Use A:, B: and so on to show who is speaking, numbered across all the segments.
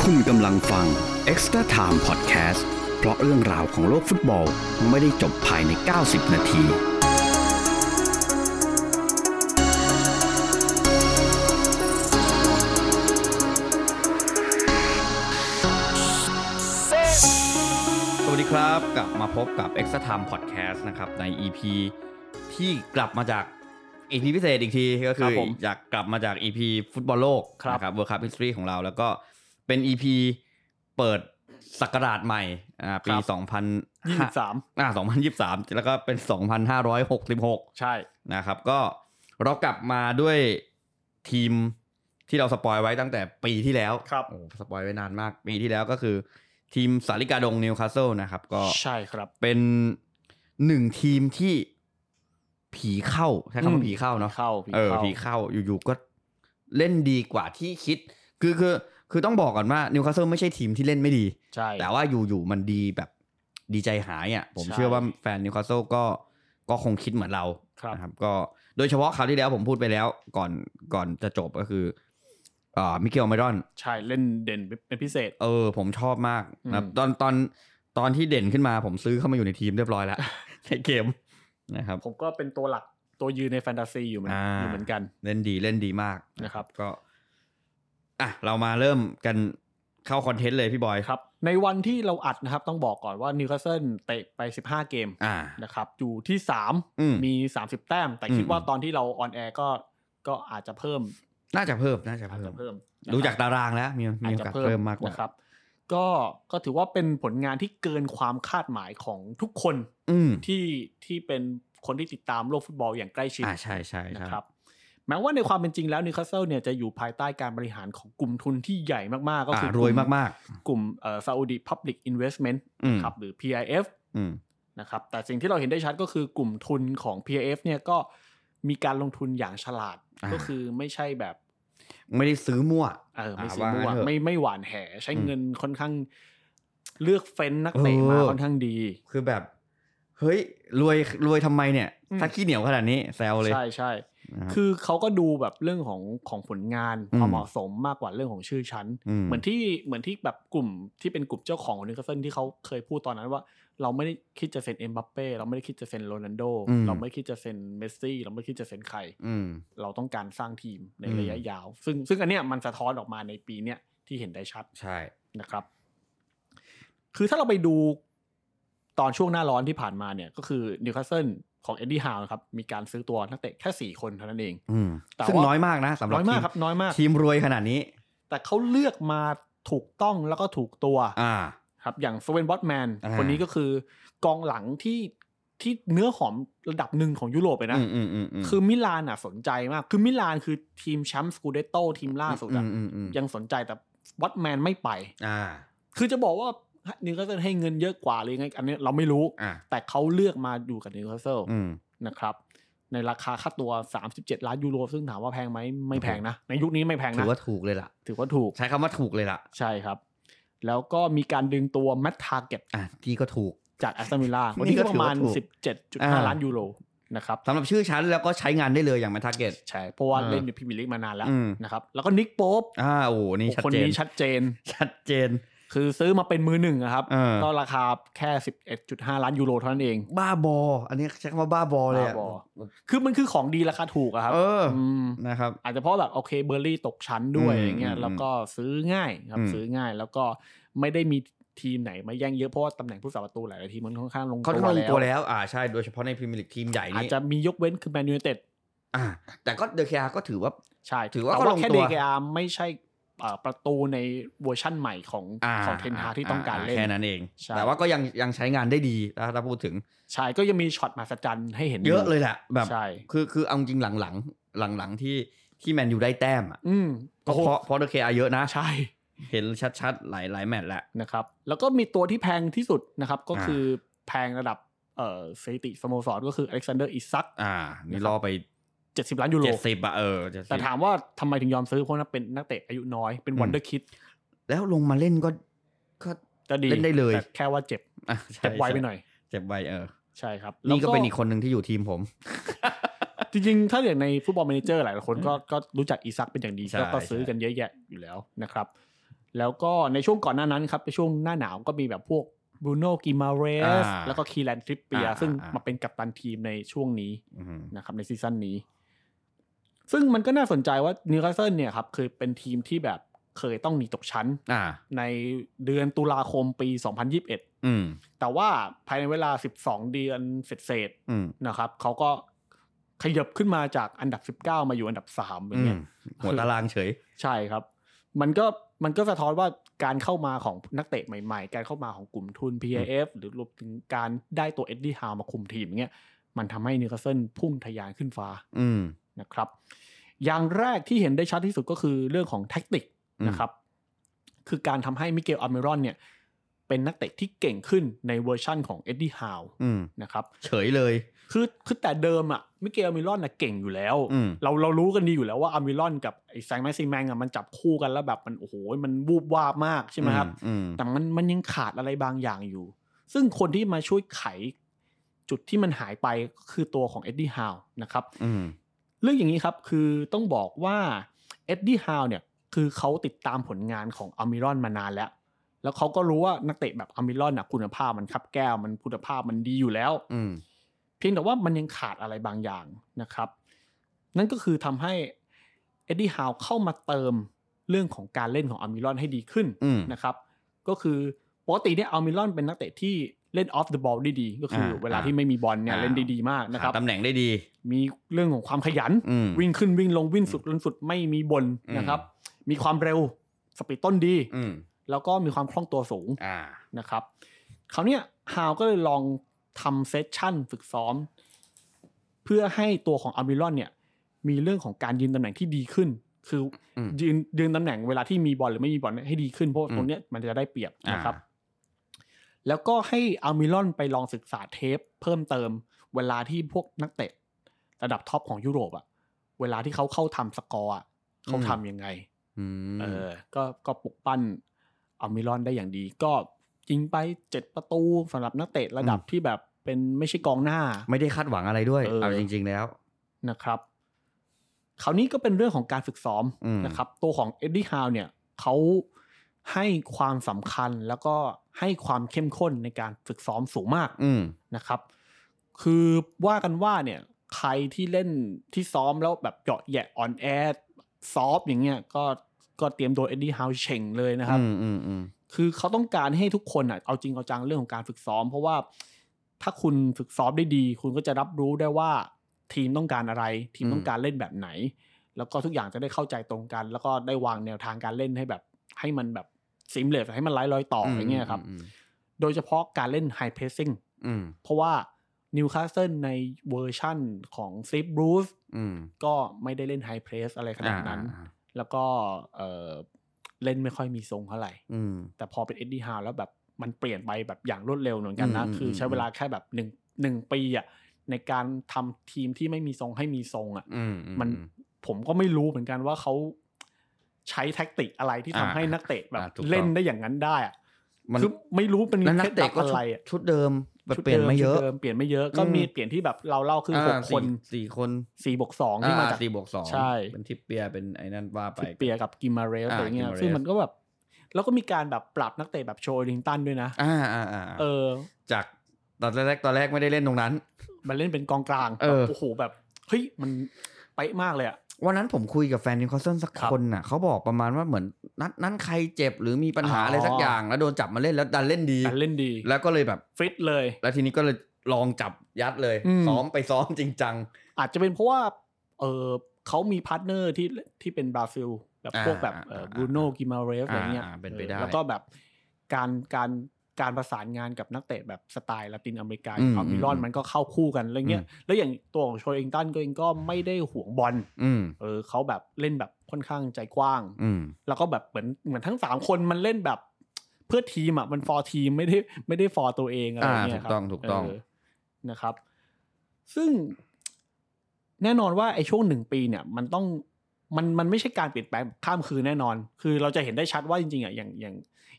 A: คุณกำลังฟัง Extra Time Podcast เพราะเรื่องราวของโลกฟุตบอลไม่ได้จบภายใน 90 นาที สวัสดีครับกลับมาพบกับ Extra Time Podcast นะครับ ใน EP ที่กลับมาจาก EP พิเศษอีกทีก็คื
B: ครั
A: อ
B: บผม
A: อยากกลับมาจาก EP ฟุตบอลโลก
B: ครับ
A: นะครับ World Cup History ของเราแล้วก็เป็น EP เปิดศักราชใหม่อ่าปี
B: ครับ
A: 2000
B: ยี่สิบสาม
A: อ่า2023 แล้วก็เป็น 2566
B: ใช่
A: นะครับก็เรากลับมาด้วยทีมที่เราสปอยไว้ตั้งแต่ปีที่แล้ว
B: ครับ
A: โอ้สปอยไว้นานมาก ปีที่แล้วก็คือทีมสาริกาดงนิวคาสเซิลนะครับ ก็
B: ใช่ครับ
A: เป็นหนึ่งทีมที่ผีเข้าใช้คำ
B: อื
A: ว่าม ผีเข้าเนาะ
B: เข้า
A: เออผีเข้าอยู่ๆก็เล่นดีกว่าที่คิด คือคือคือต้องบอกก่อนว่านิวคาสเซิลไม่ใช่ทีมที่เล่นไม่ดี
B: ใช่
A: แต่ว่าอยู่ๆมันดีแบบดีใจหายอ่ะผม
B: ใช่
A: เชื่อว่าแฟนนิวคาสเซิลก็ก็คงคิดเหมือนเรา
B: ครับ
A: นะครับ ก็โดยเฉพาะคราวที่แล้วผมพูดไปแล้วก่อนก่อนจะจบก็คือเอ่อมิเกลไมรอน
B: ใช่เล่นเด่นเป็นพิเศษ
A: เออ ผมชอบมากนะครับ
B: อืม
A: ตอนตอนตอนที่เด่นขึ้นมาผมซื้อเข้ามาอยู่ในทีมเรียบร้อย แล้ว ในเกมนะครับ
B: ผมก็เป็นตัวหลักตัวยืนในแฟนตาซีอยู่เหมือน
A: อ่า
B: อยู่เหมือนกัน
A: เล่นดีเล่นดีมาก
B: นะครับ
A: ก็อ่ะเรามาเริ่มกันเข้าคอนเทนต์เลยพี่บอย
B: ครับ ในวันที่เราอัดนะครับ ต้องบอกก่อนว่านิวคาสเซิลเตะไป 15 เกม
A: อ่า
B: นะครับ อยู่ที่
A: อืม
B: 3 มี 30 แต้ม แต่คิด
A: อืม
B: ว่าตอนที่เราออนแอร์ก็ก็อาจจะเพิ่ม
A: น่าจะเพิ่มน่าจะ
B: อาจ
A: เพิ่ม
B: จะเพิ่มนะคบ
A: ดูจากตารางแล้ว มีมี
B: อาจ
A: โอ
B: จะ
A: กาส
B: เพิ่
A: เพิ่
B: ม
A: มมากกว่า
B: นะครับ ก็ก็ถือว่าเป็นผลงานที่เกินความคาดหมายของทุกคน
A: อืม
B: ที่ที่เป็นคนที่ติดตามโลกฟุตบอลอย่างใกล้ชิด
A: อ่าใช่ใช่
B: นะ
A: ใช่
B: ครับ แม้ว่าในความเป็นจริงแล้วนิวคาสเซิลเนี่ยจะอยู่ภายใต้การบริหารของกลุ่มทุนที่ใหญ่มากๆ ก็
A: อ่า
B: คือ
A: รวยมาก
B: กลุ่มเอ่อซาอุดีพับลิกอินเวสเมนต์
A: ๆ อืม
B: ครับหรือ PIF
A: อืม
B: นะครับแต่สิ่งที่เราเห็นได้ชัดก็คือกลุ่มทุนของ PIF เนี่ยก็มีการลงทุนอย่างฉลาด
A: อ่า
B: ก็คือไม่ใช่แบบ
A: ไม่ได้ซื้อมั่ว
B: เออ
A: อ่า
B: ไม่ซื้อมั่
A: ว่างั้เถ
B: วน
A: อะ
B: ไม่ไม่หวานแหใช้
A: อืม
B: เงินค่อนข้าง เลือกเฟ้นนักเตะมา
A: เออ
B: ค่อนข้างดี
A: คือแบบ เฮ้ย รวยรวยทำไมเนี่ย
B: อืม
A: ถ้าขี้เหนียวขนาดนี้แซวเลย
B: ใช่ใช่
A: นะครับ
B: คือเขาก็ดูแบบเรื่องของของผลงาน
A: อืม
B: ความเหมาะสมมากกว่าเรื่องของชื่อชั้น
A: ม
B: เหมือนที่เหมือนที่แบบกลุ่มที่เป็นกลุ่มเจ้าของนิวคาสเซิลที่เขาเคยพูดตอนนั้นว่า เราไม่ได้คิดจะเซ็นเอ็มบัปเป้เราไม่ได้คิดจะเซ็นโรนัลโดเราไม่คิดจะเซ็นเมสซี่เราไม่คิดจะเซ็นใคร
A: อืม
B: เราต้องการสร้างทีมใน
A: อืม
B: ระยะยาว ซึ่งซึ่งอันเนี้ยมันสะท้อนออกมาในปีเนี้ยที่เห็นได้ชัด
A: ใช่
B: นะครับ คือถ้าเราไปดูตอนช่วงหน้าร้อนที่ผ่านมาเนี่ย ก็คือนิวคาสเซิลของเอ็ดดี้ฮาวนะครับ มีการซื้อตัวนักเตะแค่สี่คนเท่านั้นเอง
A: อืม
B: แต่
A: ซึ่ง
B: ว่า
A: น้อยมากนะสำหรับ
B: น้อย
A: ที
B: มาก
A: ม
B: ครับ น้อยมาก
A: ทีมรวยขนาดนี้
B: แต่เขาเลือกมาถูกต้องแล้วก็ถูกตัว
A: อ่า
B: ครับ อย่างสเวนบอตแมน
A: อ่า
B: คนนี้ก็คือกองหลังที่ที่เนื้อหอมระดับหนึ่งของยุโรปเลยนะ
A: อืมอืมอืมม
B: คือมิลานอ่ะสนใจมาก คือมิลานคือทีมแชมป์สกูเดโตทีมล่าสุดอะ
A: มมอืม
B: ยังสนใจแต่บอตแมนไม่ไป
A: อ่า
B: คือจะบอกว่านิวคาสเซิลให้เงินเยอะกว่าหรือยังไงอันเนี้ยเราไม่รู้
A: อ่า
B: แต่เขาเลือกมาอยู่กับนิวคาสเซิล
A: อืม
B: นะครับ ในราคาค่าตัว 37 ล้านยูโรซึ่งถามว่าแพงไหมไม่แพงนะ ในยุคนี้ไม่แพง
A: ถื
B: นะ
A: อว่าถูกเลยล่ะ
B: ถือว่าถูก
A: ใช้คำว่าถูกเลยล่ะ
B: ใช่ครับ แล้วก็มีการดึงตัวแมตทาร์เก็ต
A: อ่ะที่ก็ถูก
B: จากแอสตันวิลล่าคน
A: นี่
B: นี้
A: ก็
B: ก็ประมาณ
A: ถือว่าถูกอ่า
B: 17.5 ล้านยูโรนะครับ
A: สำหรับชื่อชั้นแล้วก็ใช้งานได้เลยอย่างแมททาร์เก็ต
B: ใช่เพราะว่า
A: อ่า
B: เล่นในพรีเมียร์ลีกมานานแล้ว
A: อืม
B: นะครับ แล้วก็นิกโป๊ป
A: อ่าโอ้โหนี่ชัด
B: คน
A: เจน
B: นี้ชัดเจน
A: ชัดเจน
B: คือซื้อมาเป็นมือหนึ่งอะครับ
A: เออ
B: ก็ราคาแค่ 11.5 ล้านยูโรเท่านั้นเอง
A: บ้าบอ อันนี้ใช้คำว่าบ้าบอเลยะ
B: บ้าบอ คือมันคือของดีราคาถูกอะครับ
A: เอออ
B: ม
A: นะครับ
B: อาจจะเพราะแบบโอเคเบอร์รี่ตกชั้นด้วย
A: อืม
B: อย่างเงี้
A: อื
B: ย
A: ม
B: แล้วก็ซื้อง่ายครับ
A: อืม
B: ซื้อง่ายแล้วก็ไม่ได้มีทีมไหนมาแย่งเยอะเพราะว่าตำแหน่งผู้สาประตูหลายๆทีมมันค่อนข้างลง
A: เขาลง
B: ตั
A: ตัว
B: วแล้ว
A: แล้วอ่าใช่โดยเฉพาะในพรีเมียร์ลีกทีมใหญ่
B: อาจ
A: นี่
B: จะมียกเว้นคือแมนยูเต็ด
A: อ่า แต่ก็เดอะเคอาก็ถือว่า
B: ใช่
A: ถือว่า
B: แต่
A: ก็ลง
B: แค่
A: ตั
B: เด
A: ว
B: กอาไม่ใช่เอ่อประตูในเวอร์ชั่นใหม่ของ
A: อ่า
B: ของเทนฮาที่ต้องการเล่น
A: แค่นั้นเอง
B: ใช่
A: แต่ว่าก็ยังยังใช้งานได้ดีถ้าถ้าพูดถึง
B: ใช่ก็ยังมีช็อตมาสจันให้เห็น
A: เยอะเลยแหละแบบ
B: ใช่
A: คือคือเอาจริงหลังๆ หลังๆที่ที่แมนยูได้แต้มอ่ะ
B: อืม
A: ก็เพราะเพราะเดอะเคอาเยอะนะ
B: ใช่
A: เห็นชัดๆ หลายหลายแมตช์แหละ
B: นะครับแล้วก็มีตัวที่แพงที่สุดนะครับ ก็
A: อ่า
B: คือแพงระดับเอ่อสถิติสโมสรก็คืออเล็กซานเดอร์อิซัก
A: อ่า นี่ล่อไป
B: เจ็ดสิบล้านยูโร
A: เจ็ดสิบอะเออ70
B: แต่ถามว่าทำไมถึงยอมซื้อเพราะนั่นเป็นนักเตะอายุน้อยเป็น
A: อืม
B: วันเดอร์คิด
A: แล้วลงมาเล่นก็ก็
B: ก็ดี
A: เล่นได้เลย
B: แต่แค่ว่าเจ็บ
A: อ่ะใช่
B: เจ็บไวไปหน่อย
A: เจ็บไวเออ
B: ใช่ครับ
A: นี่ก็
B: แล้ว
A: เป็นอีกคนหนึ่งที่อยู่ทีมผม
B: จริงๆ ถ้าอย่างในฟุตบอล m ม n นเจอร์หลายๆคนก็ก็รู้จักอิซักเป็นอย่างดี
A: ใช่
B: ก็ก็ซื้อ
A: ใช่
B: กันเยอะแยะอยู่แล้วนะครับ แล้วก็ในช่วงก่อนหน้านั้นครับในช่วงหน้าหนาวก็มีแบบพวกบรูโน่กิมาเรส
A: อ่า
B: แล้วก็คีแลนทริปเปีย
A: อ่า
B: ซึ่ง
A: อ่าม
B: มาเป็นกัปตันทีมในช่วงนี้
A: อืม
B: นะครับในซีซั่นนี้ ซึ่งมันก็น่าสนใจว่านิวคาสเซิลเนี่ยครับคือเป็นทีมที่แบบเคยต้องหนีตกชั้น
A: อ่า
B: ในเดือนตุลาคมปี 2021
A: อืม
B: แต่ว่าภายในเวลา 12 เดือนเสร็จ
A: อืม
B: ๆนะครับเขาก็ขยับขึ้นมาจากอันดับ 19 มาอยู่อันดับ3อย่างเงี้ย
A: อืมหัวตารางเฉย
B: ใช่ครับ มันก็มันก็สะท้อนว่าการเข้ามาของนักเตะใหม่ๆ การเข้ามาของกลุ่มทุน PIF หรือรวมถึงการได้ตัวเอ็ดดี้ฮาวมาคุมทีมอย่างเงี้ย มันทำให้นิวคาสเซิลพุ่งทะยานขึ้นฟ้า
A: อืม
B: นะครับ อย่างแรกที่เห็นได้ชัดที่สุดก็คือเรื่องของแท็กติก
A: อืม
B: นะครับ คือการทำให้มิเกลอัลเมรอนเนี่ย เป็นนักเตะที่เก่งขึ้นในเวอร์ชั่นของเอ็ดดี้ฮาว
A: อืม
B: นะครับ
A: เฉยเลย
B: คือคือแต่เดิมอะมิเกลอัลเมรอนน่ะเก่งอยู่แล้ว
A: อืม
B: เราเรารู้กันดีอยู่แล้วว่าอัลเมรอนกับไอ้แซงแม็กซิแมงอะมันจับคู่กันแล้วแบบมันโอ้โหมันวูบวาบมากใช่ไหมครับ
A: อืม
B: แต่มันมันยังขาดอะไรบางอย่างอยู่ ซึ่งคนที่มาช่วยไขจุดที่มันหายไปก็คือตัวของเอ็ดดี้ฮาวนะครับ
A: อืม
B: เรื่องอย่างนี้ครับ คือต้องบอกว่าเอ็ดดี้ฮาวเนี่ย คือเขาติดตามผลงานของอามิรอนมานานแล้ว แล้วเขาก็รู้ว่านักเตะแบบอามิรอนน่ะคุณภาพมันครับแก้ว มันคุณภาพมันดีอยู่แล้ว
A: อืม
B: เพียงแต่ว่ามันยังขาดอะไรบางอย่างนะครับ นั่นก็คือทำให้เอ็ดดี้ฮาวเข้ามาเติมเรื่องของการเล่นของอามิรอนให้ดีขึ้น
A: อืม
B: นะครับ ก็คือปกติเนี่ยอามิรอนเป็นนักเตะที่เล่นออฟเดอะบอลได้ดี ก็คืออา เวลาที่ไม่มีบอลเนี่ย
A: อ่า
B: เล่นได้ดีมากนะครับ
A: หาตำแหน่งได้ดี
B: มีเรื่องของความขยัน
A: อืม
B: วิ่งขึ้นวิ่งลงวิ่งสุดลงสุดไม่มีบน
A: อืม
B: นะครับ มีความเร็วสปีดต้นดี
A: อืม
B: แล้วก็มีความคล่องตัวสูง
A: อ่า
B: นะครับคราวเนี้ยฮาวก็เลยลองทำเซสชั่นฝึกซ้อม เพื่อให้ตัวของอามิรอนเนี่ย มีเรื่องของการยืนตำแหน่งที่ดีขึ้น คืออ
A: ม
B: ยืนยืนตำแหน่งเวลาที่มีบอลหรือไม่มีบอลให้ดีขึ้นเพราะว่า
A: อืม
B: ตรงเนี้ยมันจะได้เปรียบนะครับ
A: อ่
B: แล้วก็ให้อามิรอนไปลองศึกษาเทป เพิ่มเติม เวลาที่พวกนักเตะ ระดับท็อปของยุโรปอะเวลาที่เขาเข้าทำสกอร์อะเขาทำยังไง
A: อืม
B: เออ ก็ก็ปลุกปั้นอามิรอนได้อย่างดี ก็ยิงไปเจ็ดประตูสำหรับนักเตะระดับที่แบบเป็นไม่ใช่กองหน้า
A: ไม่ได้คาดหวังอะไรด้วย
B: เออ
A: เอาจริง ๆ แล้ว
B: นะครับ คราวนี้ก็เป็นเรื่องของการฝึกซ้อม
A: อืม
B: นะครับ ตัวของเอ็ดดี้ฮาวเนี่ยเขาให้ความสำคัญแล้วก็ให้ความเข้มข้นในการฝึกซ้อมสูงมาก
A: อืม
B: นะครับ คือว่ากันว่าเนี่ยใครที่เล่นที่ซ้อมแล้วแบบเหยาะแหยะอ่อนแอซอฟต์อย่างเงี้ยก็ก็เตรียมโดนเอ็ดดี้ฮาวเฉ่งเลยนะครับ
A: อืมอืมอืม
B: คือเขาต้องการให้ทุกคนอ่ะเอาจริงเอาจังเรื่องของการฝึกซ้อม เพราะว่าถ้าคุณฝึกซ้อมได้ดี คุณก็จะรับรู้ได้ว่าทีมต้องการอะไร ทีม
A: อืม
B: ต้องการเล่นแบบไหน แล้วก็ทุกอย่างจะได้เข้าใจตรงกัน แล้วก็ได้วางแนวทางการเล่นให้แบบให้มันแบบซิมเลสให้มันไร้รอยต่ออย่างเงี้ยครับ
A: อืม
B: โดยเฉพาะการเล่นไฮเพรสซิ่ง
A: อืม
B: เพราะว่านิวคาสเซิลในเวอร์ชั่นของซีบรูซ
A: อืม
B: ก็ไม่ได้เล่นไฮเพรสอะไรขนาดนั้น
A: อ่า
B: แล้วก็เอ่อเล่นไม่ค่อยมีทรงเท่าไหร่
A: อืม
B: แต่พอเป็นเอ็ดดี้ฮาวแล้วแบบมันเปลี่ยนไปแบบอย่างรวดเร็วเหมือนกันนะ
A: อืม
B: คือใช้
A: อืม
B: เวลาแค่แบบหนึ่งหนึ่งปีอะในการทำทีมที่ไม่มีทรงให้มีทรงอะ
A: อืมอื
B: มันผมก็ไม่รู้เหมือนกันว่าเขาใช้แท็กติกอะไรที่ทำ
A: อ่า
B: ให้นักเตะแบบ
A: อ่าถูกต้อง
B: เล่นได้อย่างนั้นได้อะ
A: มัน
B: คือไม่รู้เป็น
A: แล้วนัก
B: เคล็ด
A: เตะ
B: ลับ
A: ก็
B: อะไรอะ
A: ชุดเดิมแบบ
B: ชุด
A: เปลี่ยนไม่เยอะ
B: ชุดดิเปลี่ยนไม่เยอะก็
A: อืม
B: มีเปลี่ยนที่แบบเราเล่าคือ
A: อ่า
B: หกคน
A: สี่สี่คน
B: สี่บวกสองที่มาจาก
A: สี่บวกสอง
B: ใช่
A: เป็นทิปเปียเป็นไอ้นั่นว่าไป
B: ทิปเปียร์กับกิมมาเรส
A: อ่า
B: อะไรเงี้ย
A: กิมมาเรส
B: ซึ่งมันก็แบบ แล้วก็มีการแบบปรับนักเตะแบบโชว์ลิงตันด้วยนะ
A: อ่าอ่าอ่า
B: เออ
A: จากตอนแรกตอนแรกไม่ได้เล่นตรงนั้น
B: มันเล่นเป็นกองกลาง
A: เออ
B: แบบโอ้โหแบบเฮ้ยมันเป๊ะมากเลยอะ
A: วันนั้นผมคุยกับแฟนนิวคาสเซิลสัก
B: ครับ
A: คนน่ะเขาบอกประมาณว่าเหมือนนัดนั้นใครเจ็บหรือมีปัญหา
B: อ๋ออ
A: อะไรสักอย่าง แล้วโดนจับมาเล่นแล้วดันเล่นดี
B: แต่เล่นดี
A: แล้วก็เลยแบบ
B: ฟิตเลย
A: แล้วทีนี้ก็เลยลองจับยัดเลย
B: อืม
A: ซ้อมไปซ้อมจริงจัง
B: อาจจะเป็นเพราะว่าเออเขามีพาร์ทเนอร์ที่ที่เป็นบราซิล แบบ
A: อ่า
B: พวกแบบ
A: อ่าอ่า
B: บรูโน่กิมาเรสอะไรเงี้ย
A: อ่าเป็นไปได้
B: ออแล้วก็แบบการการการประสานงานกับนักเตะแบบสไตล์ละตินอเมริกา
A: อืม
B: เอามิรอนมันก็เข้าคู่กันอะไรเงี้ย
A: อื
B: แล้วอย่างตัวของโชเองตันก็เองก็ไม่ได้ห่วงบอล
A: อืม
B: เออเขาแบบเล่นแบบค่อนข้างใจกว้าง
A: อืม
B: แล้วก็แบบเหมือนเหมือนทั้งสามคนมันเล่นแบบเพื่อทีมอ่ะมันฟอร์ทีมไม่ได้ไม่ได้ฟอร์ตัวเองอะไรอย่างเงี้ย
A: อ่า
B: ครั
A: ถูกต้องถูกต้อง
B: เนะครับ ซึ่งแน่นอนว่าไอ้ช่วงหนึ่งปีเนี่ย มันต้องมันมันไม่ใช่การเปลี่ยนแปลงข้ามคืนแน่นอน คือเราจะเห็นได้ชัดว่าจริงๆอ่ะอย่างอย่าง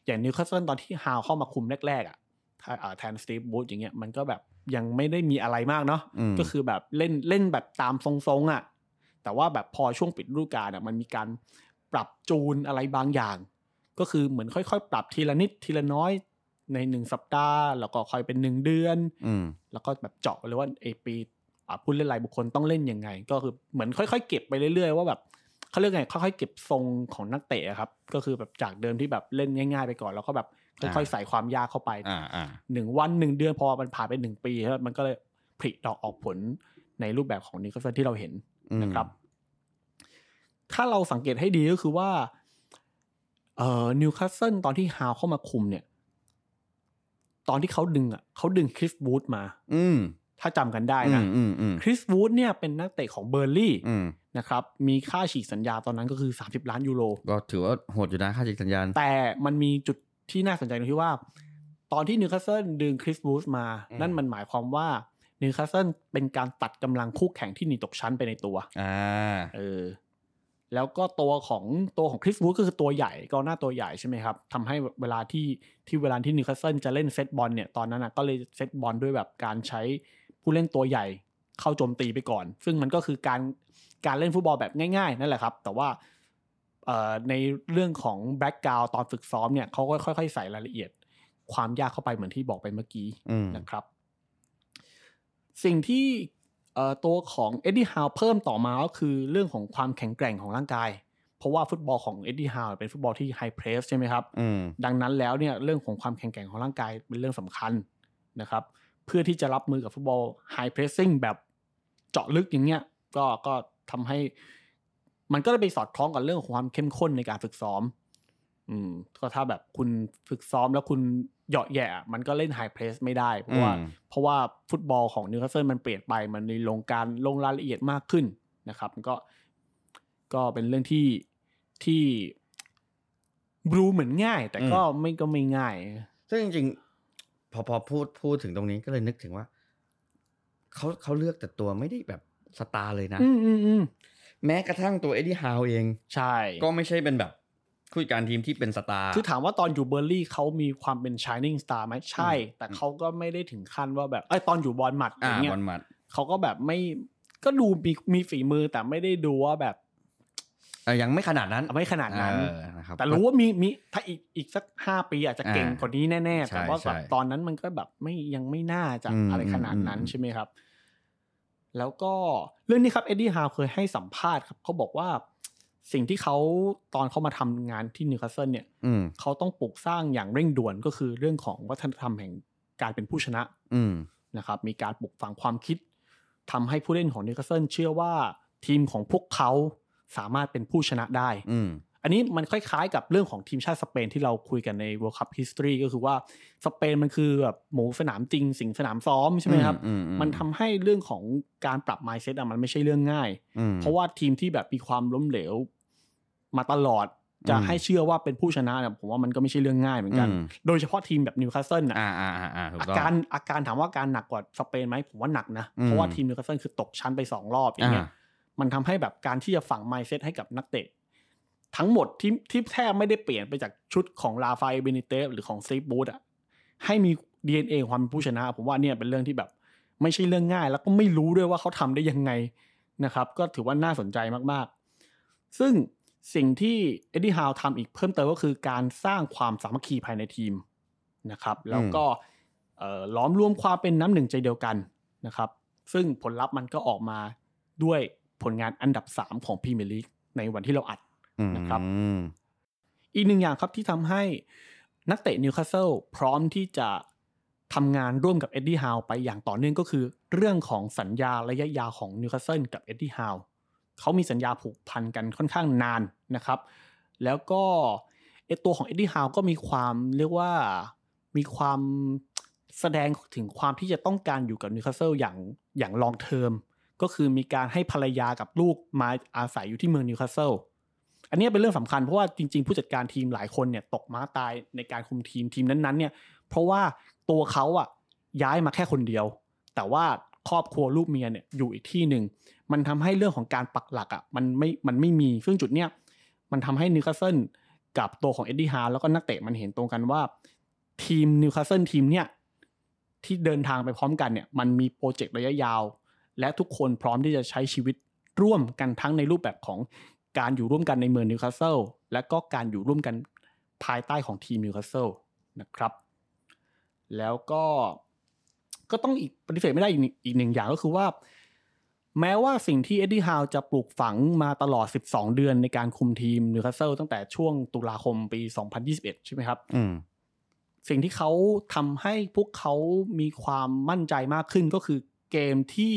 B: อย่างนิวคาสเซิลตอนที่ฮาวเข้ามาคุมแรกๆอ่ะถ้าอ่าแทนสตีฟบูธอย่างเงี้ยมันก็แบบยังไม่ได้มีอะไรมากเนาะ
A: อืม
B: ก็คือแบบเล่นเล่นแบบตามทรงๆอะ่ะ แต่ว่าแบบพอช่วงปิดฤดูกาลอะ่ะมันมีการปรับจูนอะไรบางอย่าง ก็คือเหมือนค่อยๆ ปรับทีละนิดทีละน้อยในหนึ่งสัปดาห์ แล้วก็ค่อยเป็นหนึ่งเดือน
A: อืม
B: แล้วก็แบบเจาะไปเลยว่าไอปีอ่ะผู้เล่นรายบุคคลต้องเล่นยังไง ก็คือเหมือนค่อยๆ เก็บไปเรื่อยๆ ว่าแบบเขาเรียกไงค่อยๆเก็บทรงของนักเตะอะครับ ก็คือแบบจากเดิมที่แบบเล่นง่าย ๆ ไปก่อนแล้วก็แบบค่อยๆใส่ความยากเข้าไป
A: อ่าอ่า
B: หนึ่งวันหนึ่งเดือนพอมันผ่านไปหนึ่งปีแล้วมันก็เลยผลิดอกออกผลในรูปแบบของนิโคลสันที่เราเห็น
A: อืม
B: นะครับ ถ้าเราสังเกตให้ดีก็คือว่าเอ่อนิวคาสเซิลตอนที่ฮาวเข้ามาคุมเนี่ย ตอนที่เขาดึงอ่ะเขาดึงคริสบูธมา
A: อืม
B: ถ้าจำกันได้
A: อื
B: นะ
A: มอืมอืม
B: คริสบูธเนี่ยเป็นนักเตะของเบอร์ลี่
A: อืม
B: นะครับ มีค่าฉีกสัญญาตอนนั้นก็คือ 30 ล้านยูโร
A: ก็ถือว่าโหดอยู่นะค่าจิตสัญญาณ
B: แต่มันมีจุดที่น่าสนใจตรงที่ว่า ตอนที่นิวคาสเซิลดึงคริสบูธมา
A: อืม
B: นั่นมันหมายความว่านิวคาสเซิลเป็นการตัดกำลังคู่แข่งที่หนีตกชั้นไปในตัว
A: อ่า
B: เออแล้วก็ตัวของตัวของคริสบูธก็คือตัวใหญ่กองหน้าตัวใหญ่ใช่ไหมครับทำให้เวลาที่ที่เวลาที่นิวคาสเซิลจะเล่นเซตบอลเนี่ยตอนนั้นนะก็เลยเซตบอลด้วยแบบการใช้ผู้เล่นตัวใหญ่เข้าโจมตีไปก่อน ซึ่งมันก็คือการการเล่นฟุตบอลแบบง่ายๆ นั่นแหละครับ แต่ว่า เอ่อในเรื่องของแบ็กกราวตอนฝึกซ้อมเนี่ยเขาก็ค่อยๆ ใส่รายละเอียด ความยากเข้าไปเหมือนที่บอกไปเมื่อกี้
A: อืม
B: นะครับ สิ่งที่เอ่อตัวของเอ็ดดี้ฮาวเพิ่มต่อมาก็คือเรื่องของความแข็งแกร่งของร่างกาย เพราะว่าฟุตบอลของเอ็ดดี้ฮาวเป็นฟุตบอลที่ไฮเพรสใช่ไหมครับ
A: อืม
B: ดังนั้นแล้วเนี่ยเรื่องของความแข็งแกร่งของร่างกายเป็นเรื่องสำคัญนะครับ เพื่อที่จะรับมือกับฟุตบอลไฮเพรสซิ่งแบบเจาะลึกอย่างเงี้ยก็ก็ทำให้มันก็ได้ไปสอดคล้องกับเรื่องของความเข้มข้นในการฝึกซ้อม อืมก็ถ้าแบบคุณฝึกซ้อมแล้วคุณเหยาะแหย่ มันก็เล่นไฮเพรสไม่ได้เพราะว่า
A: อืม
B: เพราะว่าฟุตบอลของนิวคาสเซิลมันเปลี่ยนไป มันในลงการลงรายละเอียดมากขึ้นนะครับมันก็ก็เป็นเรื่องที่ที่ดูเหมือนง่าย แต่ก็ไม่ก็ไม่ง่าย
A: ซึ่งจริงๆพอพอพูดพูดถึงตรงนี้ก็เลยนึกถึงว่าเขาเขาเลือกแต่ตัวไม่ได้แบบสตาร์เลยนะ
B: อืมอืมอืม
A: แม้กระทั่งตัวเอ็ดดี้ฮาวเอง
B: ใช่
A: ก็ไม่ใช่เป็นแบบผู้จัดการทีมที่เป็นสตาร์
B: คือถามว่าตอนอยู่เบอร์ลี่เขามีความเป็นชายนิ่งสตาร์ไหมใช่ แต่
A: อืม
B: เขาก็ไม่ได้ถึงขั้นว่าแบบไอ้ยตอนอยู่บอลหมัดอ
A: อ่า
B: ย่างเงี้ย
A: บอลหมัด
B: เขาก็แบบไม่ก็ดูมีมีฝีมือแต่ไม่ได้ดูว่าแบบ
A: เอ่อยังไม่ขนาดนั้น
B: ไม่ขนาดนั้น
A: เออนะครับ
B: แต่รู้ว่ามีมีถ้าอีกอีกสักห้าปีอาจจะเก่ง
A: อ่าก
B: ว่านี้แน่ ๆ
A: ใช่
B: แต่ว่า
A: ใช่
B: แบบตอนนั้นมันก็แบบไม่ยังไม่น่าจะ
A: อืม
B: อะไรขนาดนั้น
A: อืม
B: ใช่ไหมครับ แล้วก็เรื่องนี้ครับเอ็ดดี้ฮาวเคยให้สัมภาษณ์ครับเขาบอกว่าสิ่งที่เขาตอนเขามาทำงานที่นิวคาสเซิลเนี่ย
A: อืม
B: เขาต้องปลูกสร้างอย่างเร่งด่วนก็คือเรื่องของวัฒนธรรมแห่งการเป็นผู้ชนะ
A: อืม
B: นะครับมีการปลูกฝังความคิดทำให้ผู้เล่นของนิวคาสเซิลเชื่อว่าทีมของพวกเขาสามารถเป็นผู้ชนะได้
A: อืม
B: อันนี้มันคล้ายๆกับเรื่องของทีมชาติสเปนที่เราคุยกันใน World Cup History ก็คือว่าสเปนมันคือแบบหมูสนามจริง สิงสนามซ้อมใช่ไหมครับ
A: อือื
B: มันทำให้เรื่องของการปรับ mindset อะมันไม่ใช่เรื่องง่าย
A: อืม
B: เพราะว่าทีมที่แบบมีความล้มเหลว มาตลอดจะ
A: อืม
B: ให้เชื่อว่าเป็นผู้ชนะเนี่ยผมว่ามันก็ไม่ใช่เรื่องง่ายเหมือนกัน
A: อืม
B: โดยเฉพาะทีมแบบนิวคาสเซิลน่ะ
A: อ่าอ่าอ่าอ่าถูก
B: อา
A: ต้อง
B: การอาการถามว่าอาการหนักกว่าสเปนไหมผมว่าหนักนะ
A: อืม
B: เพราะว่าทีมนิวคาสเซิลคือตกชั้นไปสองรอบอย่างเงี้ย
A: อ่า
B: มันทำให้แบบการที่จะฝังไมเซ็ตให้กับนักเตะ ทั้งหมดที่ที่แทบไม่ได้เปลี่ยนไปจากชุดของลาฟาเอเบนิเตสหรือของซีบูธอะให้มี DNA ความเป็นผู้ชนะ ผมว่าเนี่ยเป็นเรื่องที่แบบ ไม่ใช่เรื่องง่าย แล้วก็ไม่รู้ด้วยว่าเขาทำได้ยังไงนะครับ ก็ถือว่าน่าสนใจมากๆ ซึ่งสิ่งที่เอ็ดดี้ฮาวทำอีกเพิ่มเติมก็คือการสร้างความสามัคคีภายในทีมนะครับ แล้วก็เอ่อล้อมรวมความเป็นน้ำหนึ่งใจเดียวกันนะครับ ซึ่งผลลัพธ์มันก็ออกมาด้วยผลงานอันดับ 3 ของพรีเมียร์ลีกในวันที่เราอัด นะครับ
A: อืม
B: อีกหนึ่งอย่างครับที่ทำให้นักเตะนิวคาสเซิลพร้อมที่จะทำงานร่วมกับเอ็ดดี้ฮาวไปอย่างต่อเนื่องก็คือ เรื่องของสัญญาระยะยาวของนิวคาสเซิลกับเอ็ดดี้ฮาวเขามีสัญญาผูกพันกันค่อนข้างนานนะครับ แล้วก็ไอตัวของเอ็ดดี้ฮาวก็มีความเรียกว่ามีความแสดงถึงความที่จะต้องการอยู่กับนิวคาสเซิลอย่างอย่างลองเทอม ก็คือมีการให้ภรรยากับลูกมาอาศัยอยู่ที่เมืองนิวคาสเซิล อันเนี้ยเป็นเรื่องสำคัญเพราะว่าจริง ๆ ผู้จัดการทีมหลายคนเนี่ยตกม้าตายในการคุมทีมทีมนั้นๆเนี่ยเพราะว่าตัวเขาอะย้ายมาแค่คนเดียว แต่ว่าครอบครัวลูกเมียเนี่ยอยู่อีกที่หนึ่ง มันทำให้เรื่องของการปักหลักอะมันไม่มันไม่มี ซึ่งจุดเนี้ยมันทำให้นิวคาสเซิลกับตัวของเอ็ดดี้ฮาร์แล้วก็นักเตะมันเห็นตรงกันว่า ทีมนิวคาสเซิลทีมเนี่ยที่เดินทางไปพร้อมกันเนี่ยมันมีโปรเจกต์ระยะยาว และทุกคนพร้อมที่จะใช้ชีวิตร่วมกันทั้งในรูปแบบของการอยู่ร่วมกันในเมืองนิวคาสเซิลและก็การอยู่ร่วมกัน ภายใต้ของทีมนิวคาสเซิลนะครับ แล้วก็ก็ต้องอีกปฏิเสธไม่ได้อีกหนึ่งอีกหนึ่งอย่างก็คือว่า แม้ว่าสิ่งที่เอ็ดดี้ฮาวจะปลูกฝังมาตลอด 12 เดือนในการคุมทีมนิวคาสเซิลตั้งแต่ช่วงตุลาคมปี 2021 ใช่ไหมครับ
A: อืม
B: สิ่งที่เขาทำให้พวกเขามีความมั่นใจมากขึ้นก็คือเกมที่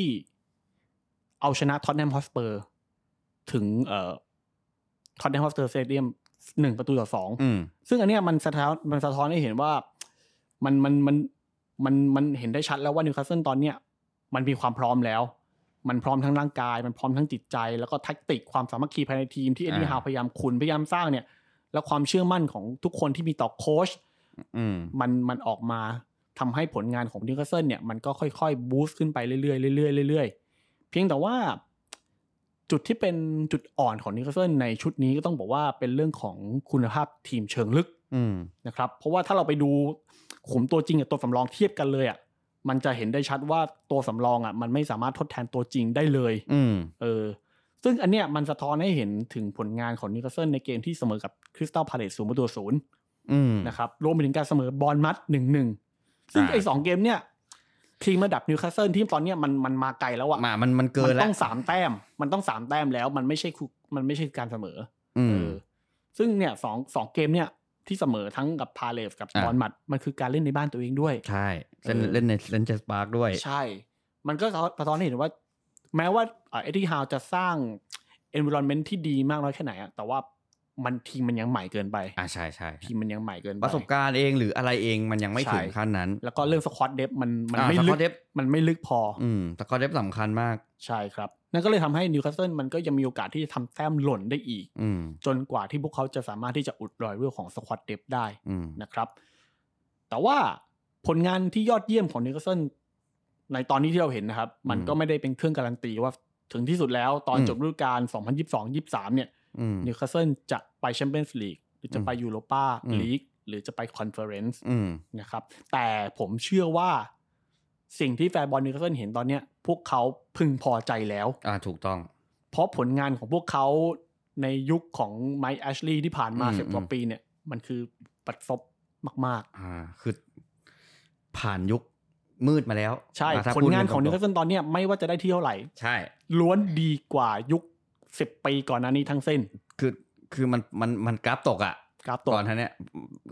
B: เอาชนะท็อตแนมฮอสเปอร์ถึงเอ่อท็อตแนมฮอสเปอร์สเตเดียมหนึ่งประตูต่อสอง
A: อืม
B: ซึ่งอันเนี้ยมันสะท้อนมันสะท้อนให้เห็นว่ามันมันมันมันมันเห็นได้ชัดแล้วว่านิวคาสเซิลตอนเนี้ยมันมีความพร้อมแล้ว มันพร้อมทั้งร่างกาย มันพร้อมทั้งจิตใจ แล้วก็แท็กติกความสามัคคีภายในทีมที่เอ็ดดี้
A: อ่า
B: ฮาวพยายามขุนพยายามสร้างเนี่ย แล้วความเชื่อมั่นของทุกคนที่มีต่อโค้ช
A: อืม
B: มันมันออกมาทำให้ผลงานของนิวคาสเซิลเนี่ยมันก็ค่อยๆ บูสต์ขึ้นไปเรื่อยๆเรื่อยๆเรื่อยๆ เพียงแต่ว่าจุดที่เป็นจุดอ่อนของนิวคาสเซิลในชุดนี้ก็ต้องบอกว่าเป็นเรื่องของคุณภาพทีมเชิงลึก
A: อืม
B: นะครับ เพราะว่าถ้าเราไปดูขุมตัวจริงกับตัวสำรองเทียบกันเลยอะ่ะมันจะเห็นได้ชัดว่าตัวสำรองอะ่ะมันไม่สามารถทดแทนตัวจริงได้เลย
A: อืม
B: เออ ซึ่งอันเนี้ยมันสะท้อนให้เห็นถึงผลงานของนิวคาสเซิลในเกมที่เสมอกับคริสตัลพาเลตศูนย์ประตูศูนย์
A: อืม
B: นะครับรวมไปถึงการเสมอบอลมัดหนึ่งหนึ่งซึ่ง
A: อ่า
B: ไอ้สองเกมเนี่ย ทีมระดับนิวคาสเซิลที่ตอนเนี้ยมันมันมาไกลแล้วอะ
A: มามันมันเกิ
B: มัน น
A: แล้ว
B: ต้องสามแต้ม มันต้องสามแต้มแล้ว มันไม่ใช่คุมันไม่ใช่การเสมอ
A: อื
B: อ
A: ม
B: เออ ซึ่งเนี่ยสองสองเกมเนี่ย ที่เสมอทั้งกับพาเลฟกับ
A: อ่า
B: บอลมัด มันคือการเล่นในบ้านตัวเองด้วย
A: ใช่เล่น
B: เออ
A: เล่นในเล่นเจสปาร์กด้วย
B: ใช่ มันก็สะท้อนให้เห็นว่า แม้ว่าเอ่อ็ดดี้ฮาวจะสร้าง environment ที่ดีมากน้อยแค่ไหนอะแต่ว่ามันทีมมันยังใหม่เกินไป
A: อ่าใช่ใช่
B: ทีมมันยังใหม่เกินไป
A: ประสบการณ์เองหรืออะไรเองมันยังไม่
B: ใช่
A: ถึงขั้นนั้น
B: แล้วก็เรื่องสควอตเดฟมันมัน
A: อ่า
B: ไม่
A: ส
B: ลึ
A: กอก ตเทป
B: มันไม่ลึกพออ
A: อืมสกอตเทปสำคัญมาก
B: ใช่ครับ นั่นก็เลยทำให้นิวคาสเซิลมันก็ยังมีโอกาสที่จะทำแต้มหล่นได้อีก
A: อืม
B: จนกว่าที่พวกเขาจะสามารถที่จะอุดรอยเรื่องของสควอตเดฟได้
A: อืม
B: นะครับ แต่ว่าผลงานที่ยอดเยี่ยมของนิวคาสเซิลในตอนนี้ที่เราเห็นนะครับ มัน
A: อืม
B: ก็ไม่ได้เป็นเครื่องการันตีว่าถึงที่สุดแล้วตอน
A: อืม
B: จบฤดูกาล 2022-23 เนี่ย
A: อืม
B: นิวคาสเซิลจะไปแชมเปี้ยนส์ลีกหรือจะไปยูโรปา
A: อืม
B: ลีกหรือจะไปคอนเฟอเรนซ์
A: อืม
B: นะครับแต่ผมเชื่อว่าสิ่งที่แฟนบอลนิวคาสเซิลเห็นตอนเนี้ยพวกเขาพึงพอใจแล้ว
A: อ่าถูกต้อง
B: เพราะผลงานของพวกเขาในยุคของไมค์แอชลีย์ที่ผ่านมา
A: อืม
B: สิบกว่า
A: อืม
B: ปีเนี่ย มันคือปัดซบมาก
A: อ่า คือผ่านยุคมืดมาแล้ว
B: ๆ ใช่
A: อ่ถ้
B: ผลงานของนิว
A: พู
B: คา
A: ด
B: ส
A: กัตร
B: เซิลตอนเนี้ยไม่ว่าจะได้ที่เท่าไหร่
A: ๆใช่
B: ล้วนดีกว่ายุคสิบปีก่อนหน้านี้ทั้งเส้น
A: คือคือมันมันมันกราฟตกอ่ะ
B: กราฟ
A: ต
B: ตัว
A: อนท่านเนี้ย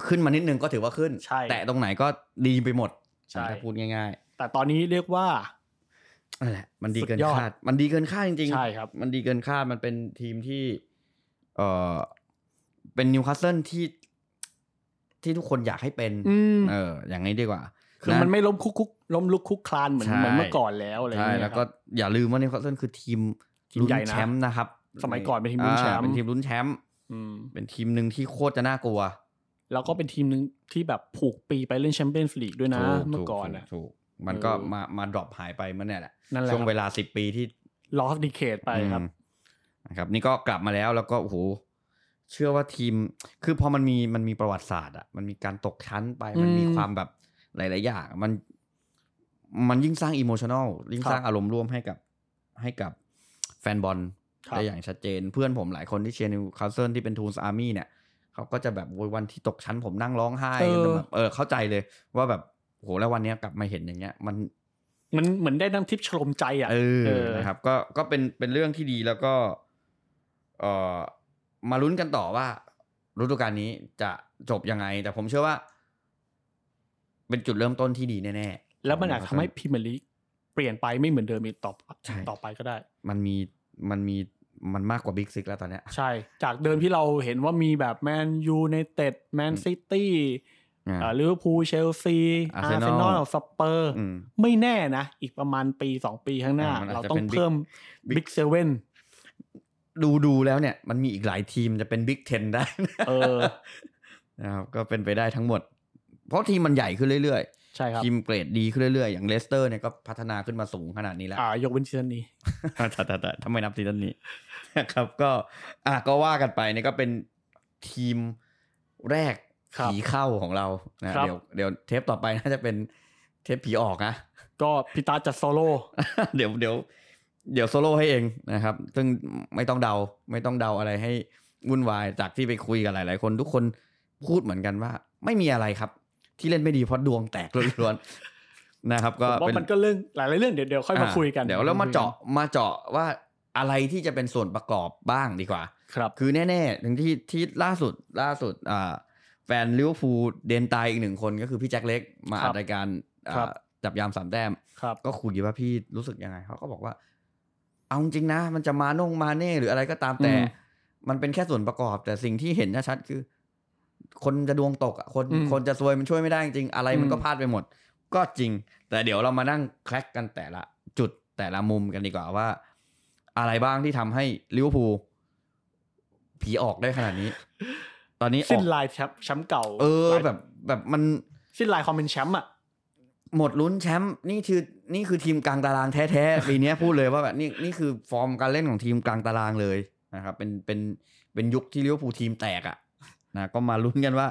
A: ขึ้นมานิดนึงก็ถือว่าขึ้น
B: ใช่
A: แต่ตรงไหนก็ดีไปหมด
B: ใช่
A: ถ้าพูดง่าย
B: แต่ตอนนี้เรียกว่า
A: ๆนั่นแหละ มันดีเกิน
B: สุดยอด
A: คาด มันดีเกินคาดจริงๆ
B: ใช่ครับ
A: มันดีเกินคาด มันเป็นทีมที่ เออเป็นนิวคาสเซิลที่ ที่ทุกคนอยากให้เป็น
B: อืม
A: เออ อย่างนี้ดีกว่า
B: คือมันไม่ล้มคุกคุกล้มลุกคุกคลานเหมือน
A: ใช่
B: เหมือนเมื่อก่อนแล้วอะไรอย่าง
A: ใช่
B: เงี้ย
A: แล้วก็
B: ครับ
A: อย่าลืมว่านิวคาสเซิลคือทีม
B: ทีมใหญ่นะ
A: ลุ้แชมป์นะครับ
B: สมัยก่อนเป็นทีมลุ้นแชมป์
A: อ่าเป็นทีมลุ้นแชมป์
B: อืม
A: เป็นทีมหนึ่งที่โคตรจะน่ากลัว
B: แล้วก็เป็นทีมหนึ่งที่แบบผูกปีไปเล่นแชมเปี้ยนส์ลีกด้วยนะ
A: ถู
B: เมื่
A: ถู
B: อก่อนอ่ะ
A: ถูกมันก็
B: เออ
A: มามาดรอปหายไปเมื่อเนี่ยแหละ
B: นั่นแหละ
A: ช่วงเวลาสิบปีที่
B: ลอสดีเคดไปครับ
A: อืมนะครับ นี่ก็กลับมาแล้วแล้วก็โอ้โหเชื่อว่าทีม คือพอมันมีมันมีประวัติศาสตร์อ่ะมันมีการตกชั้นไป
B: อืม
A: มันมีความแบบหลาย ๆ อย่างมัน มันยิ่งสร้างอิโมชัน a ลยิ่ง
B: ครับ
A: สร้างอารมณ์ร่วมให้กับ ให้กับแฟนบอล
B: ครับ
A: ได้อย่างชัดเจน เพื่อนผมหลายคนที่เชียร์นิวคาสเซิลที่เป็นทูนส์อาร์มี่เนี่ยเขาก็จะแบบโวยวันที่ตกชั้นผมนั่งร้องไห้
B: เออ
A: แต่แบบเออเข้าใจเลย ว่าแบบโหแล้ววันเนี้ยกลับมาเห็นอย่างเงี้ย มัน
B: มันเหมือนได้น้ำทิพย์ชโลมใจอ่ะ
A: เอ
B: เอ
A: อ
B: อ
A: นะครับ ก็ ก็เป็น เป็นเรื่องที่ดีแล้วก็ เอ่อ มาลุ้นกันต่อว่าฤดูกาลนี้จะจบยังไง แต่ผมเชื่อว่า เป็นจุดเริ่มต้นที่ดีแน่ๆ
B: แล้วมันอาจทำให้พรีเมียร์ลีกเปลี่ยนไปไม่เหมือนเดิมอีกต่อ
A: ใช่
B: ต่อไปก็ได้
A: มันมี มันมี มันมากกว่าบิ๊กซิกแล้วตอนเนี้ย
B: ใช่ จากเดิมที่เราเห็นว่ามีแบบแมนยูในเต็ดแมนซิตี้ลิเวอร์พูลเชลซีอา
A: Arsenal
B: ร์เซนอลสเปอร์
A: อืม
B: ไม่แน่นะ อีกประมาณปี 2 ปีข้างหน้า
A: อ่ามันอาจ
B: เรา
A: จะ
B: ต้อ
A: เป็
B: ง
A: น
B: เพิ่มบิ๊กเซเว่น
A: ดูดูแล้วเนี่ย มันมีอีกหลายทีมจะเป็นบิ๊กเทนได้
B: เออ
A: นะครับ ก็เป็นไปได้ทั้งหมด เพราะทีมมันใหญ่ขึ้นเรื่อย
B: ใช่ครับ
A: ๆ ทีมเกรดดีขึ้นเรื่อยๆ อย่างเลสเตอร์เนี่ยก็พัฒนาขึ้นมาสูงขนาดนี้แล้ว
B: อ่ายกเว้นซีซั่นนี้
A: แต่ แต่แต่ทำไมนับซีซั่นนี้ นะครับ ก็อ่ะก็ว่ากันไปนี่ก็เป็นทีมแรก
B: ครับ
A: ผีเข้าของเรานะครับ เดี๋ยวเดี๋ยวเทปต่อไปน่าจะเป็นเทปผีออกนะ
B: ก็พิตาจัดโซโล่
A: เดี๋ยวเดี๋ยวเดี๋ยวโซโล่ให้เองนะครับ ซึ่งไม่ต้องเดาไม่ต้องเดาอะไรให้วุ่นวายจากที่ไปคุยกับหลาย ๆ คนทุกคน พูดเหมือนกันว่า ไม่มีอะไรครับ ที่เล่นไม่ดีเพราะดวงแตกล้วนๆ นะครับ ก็
B: ผมว่า
A: เป็น
B: มันก็เรื่องหลายๆเรื่องเดี๋ยวเดี๋ยวค่อยมาคุยกัน
A: เดี๋ยวเรามาเจาะมาเจาะว่าอะไรที่จะเป็นส่วนประกอบบ้างดีกว่า
B: ครับ
A: คือแน่ๆถึงที่ที่ล่าสุดล่าสุดอ่าแฟนลิเวอร์พูลเดนตายอีกหนึ่งคนก็คือพี่แจ็คเล็กมา
B: ค
A: อั
B: รั
A: ด
B: บ
A: รายการอ่า
B: ครับ
A: จับยามสามแต้ม
B: ครับ
A: ก็คุยว่าพี่รู้สึกยังไงเขาก็บอกว่า เอาจริงนะ มันจะมาน่งมาเน่หรืออะไรก็ตามแต่
B: อืม
A: มันเป็นแค่ส่วนประกอบ แต่สิ่งที่เห็นชัดๆคือ คนจะดวงตกอะคน
B: อืม
A: คนจะซวยมันช่วยไม่ได้จริงอะไรมัน
B: อืม
A: ก็พลาดไปหมด ก็จริง แต่เดี๋ยวเรามานั่งแคลกกันแต่ละจุดแต่ละมุมกันดีกว่าว่า อะไรบ้างที่ทำให้ลิเวอร์พูลผีออกได้ขนาดนี้ ตอนนี้อ
B: สิ้
A: อน ก
B: ลายแชมป์แชมป์เก่า
A: เออ
B: หลาย
A: แบบแบบมัน
B: สิ้นลายความเป็นแชมป์อ่ะ
A: หมดลุ้นแชมป์นี่คือนี่คือทีมกลางตารางแท้ๆ ปีเนี้ยพูดเลยว่าแบบนี่นี่คือฟอร์มการเล่นของทีมกลางตารางเลยนะครับเป็นเป็นเป็นยุคที่ลิเวอร์พูลทีมแตกอะ่ะนะก็มาลุ้นกันว่า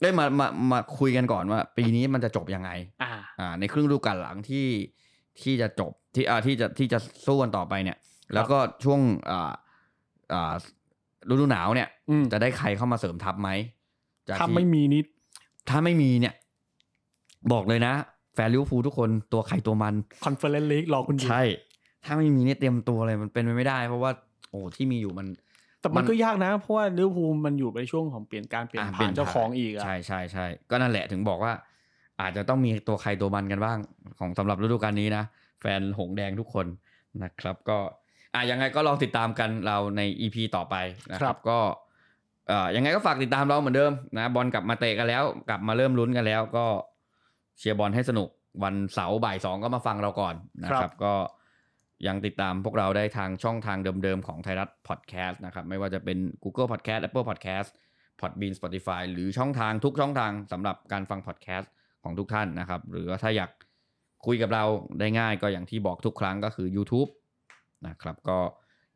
A: ได้ยมามามาคุยกันก่อนว่า ปีนี้มันจะจบยังไง
B: อ่า
A: อ่าในครึ่งฤดูกาลหลังที่ที่จะจบที่อ่าที่จะที่จะสู้กันต่อไปเนี่ย แล้วก็ช่วงอ่าอ่าฤดูหนาวเนี่ย
B: อืม
A: จะได้ใครเข้ามาเสริมทัพไหมจาก
B: ถ้า
A: ที่
B: ไม่มีนิด
A: ถ้าไม่มีเนี่ย บอกเลยนะ แฟนลิเวอร์พูลทุกคนตัวใครตัวมัน
B: คอนเฟอเรนซ์ลีกรอคุณอยู่
A: ถ้าไม่มีเนี่ยเตรียมตัวเลยมันเป็นไปไม่ได้ เพราะว่า โอ้ที่มีอยู่มัน
B: แต่
A: มั
B: มัน
A: น
B: ก็ยากนะ เพราะว่าลิเวอร์พูลมันอยู่ในช่วงของเปลี่ยนการเปลี่ยน
A: อ่ะ
B: ผ่านเจ้าของอีกอ่ะ
A: ใช่ใช่ใช่ก็นั่นแหละถึงบอกว่า อาจจะต้องมีตัวใครตัวมันกันบ้าง ของสำหรับฤดูกาลนี้นะ แฟนหงแดงทุกคนนะครับ ก็อ่ะยังไงก็ลองติดตามกันเราใน EP ต่อไปนะครับก็เอ่อยังไงก็ฝากติดตามเราเหมือนเดิมนะบอลกลับมาเตะกันแล้ว กลับมาเริ่มลุ้นกันแล้ว ก็เชียร์บอลให้สนุกวันเสาร์บ่ายสองก็มาฟังเราก่อนนะครับ ก็ยังติดตามพวกเราได้ทางช่องทางเดิมๆของไทยรัฐพอดแคสต์นะครับไม่ว่าจะเป็น Google Podcast Apple Podcast Podbean Spotify หรือช่องทางทุกช่องทางสำหรับการฟังพอดแคสต์ของทุกท่านนะครับ หรือว่าถ้าอยากคุยกับเราได้ง่ายก็อย่างที่บอกทุกครั้งก็คือ YouTube นะครับก็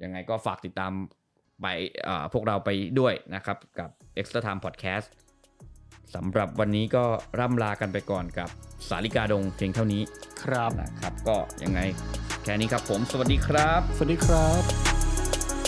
A: ยังไงก็ฝากติดตามไปเอ่อพวกเราไปด้วยนะครับ กับ Extra Time Podcast สำหรับวันนี้ก็ร่ำลากันไปก่อนกับสาริกาดงเพียงเท่านี้
B: ครับ
A: นะครับ ก็ยังไงแค่นี้ครับผมสวัสดีครับ
B: สวัสดีครับ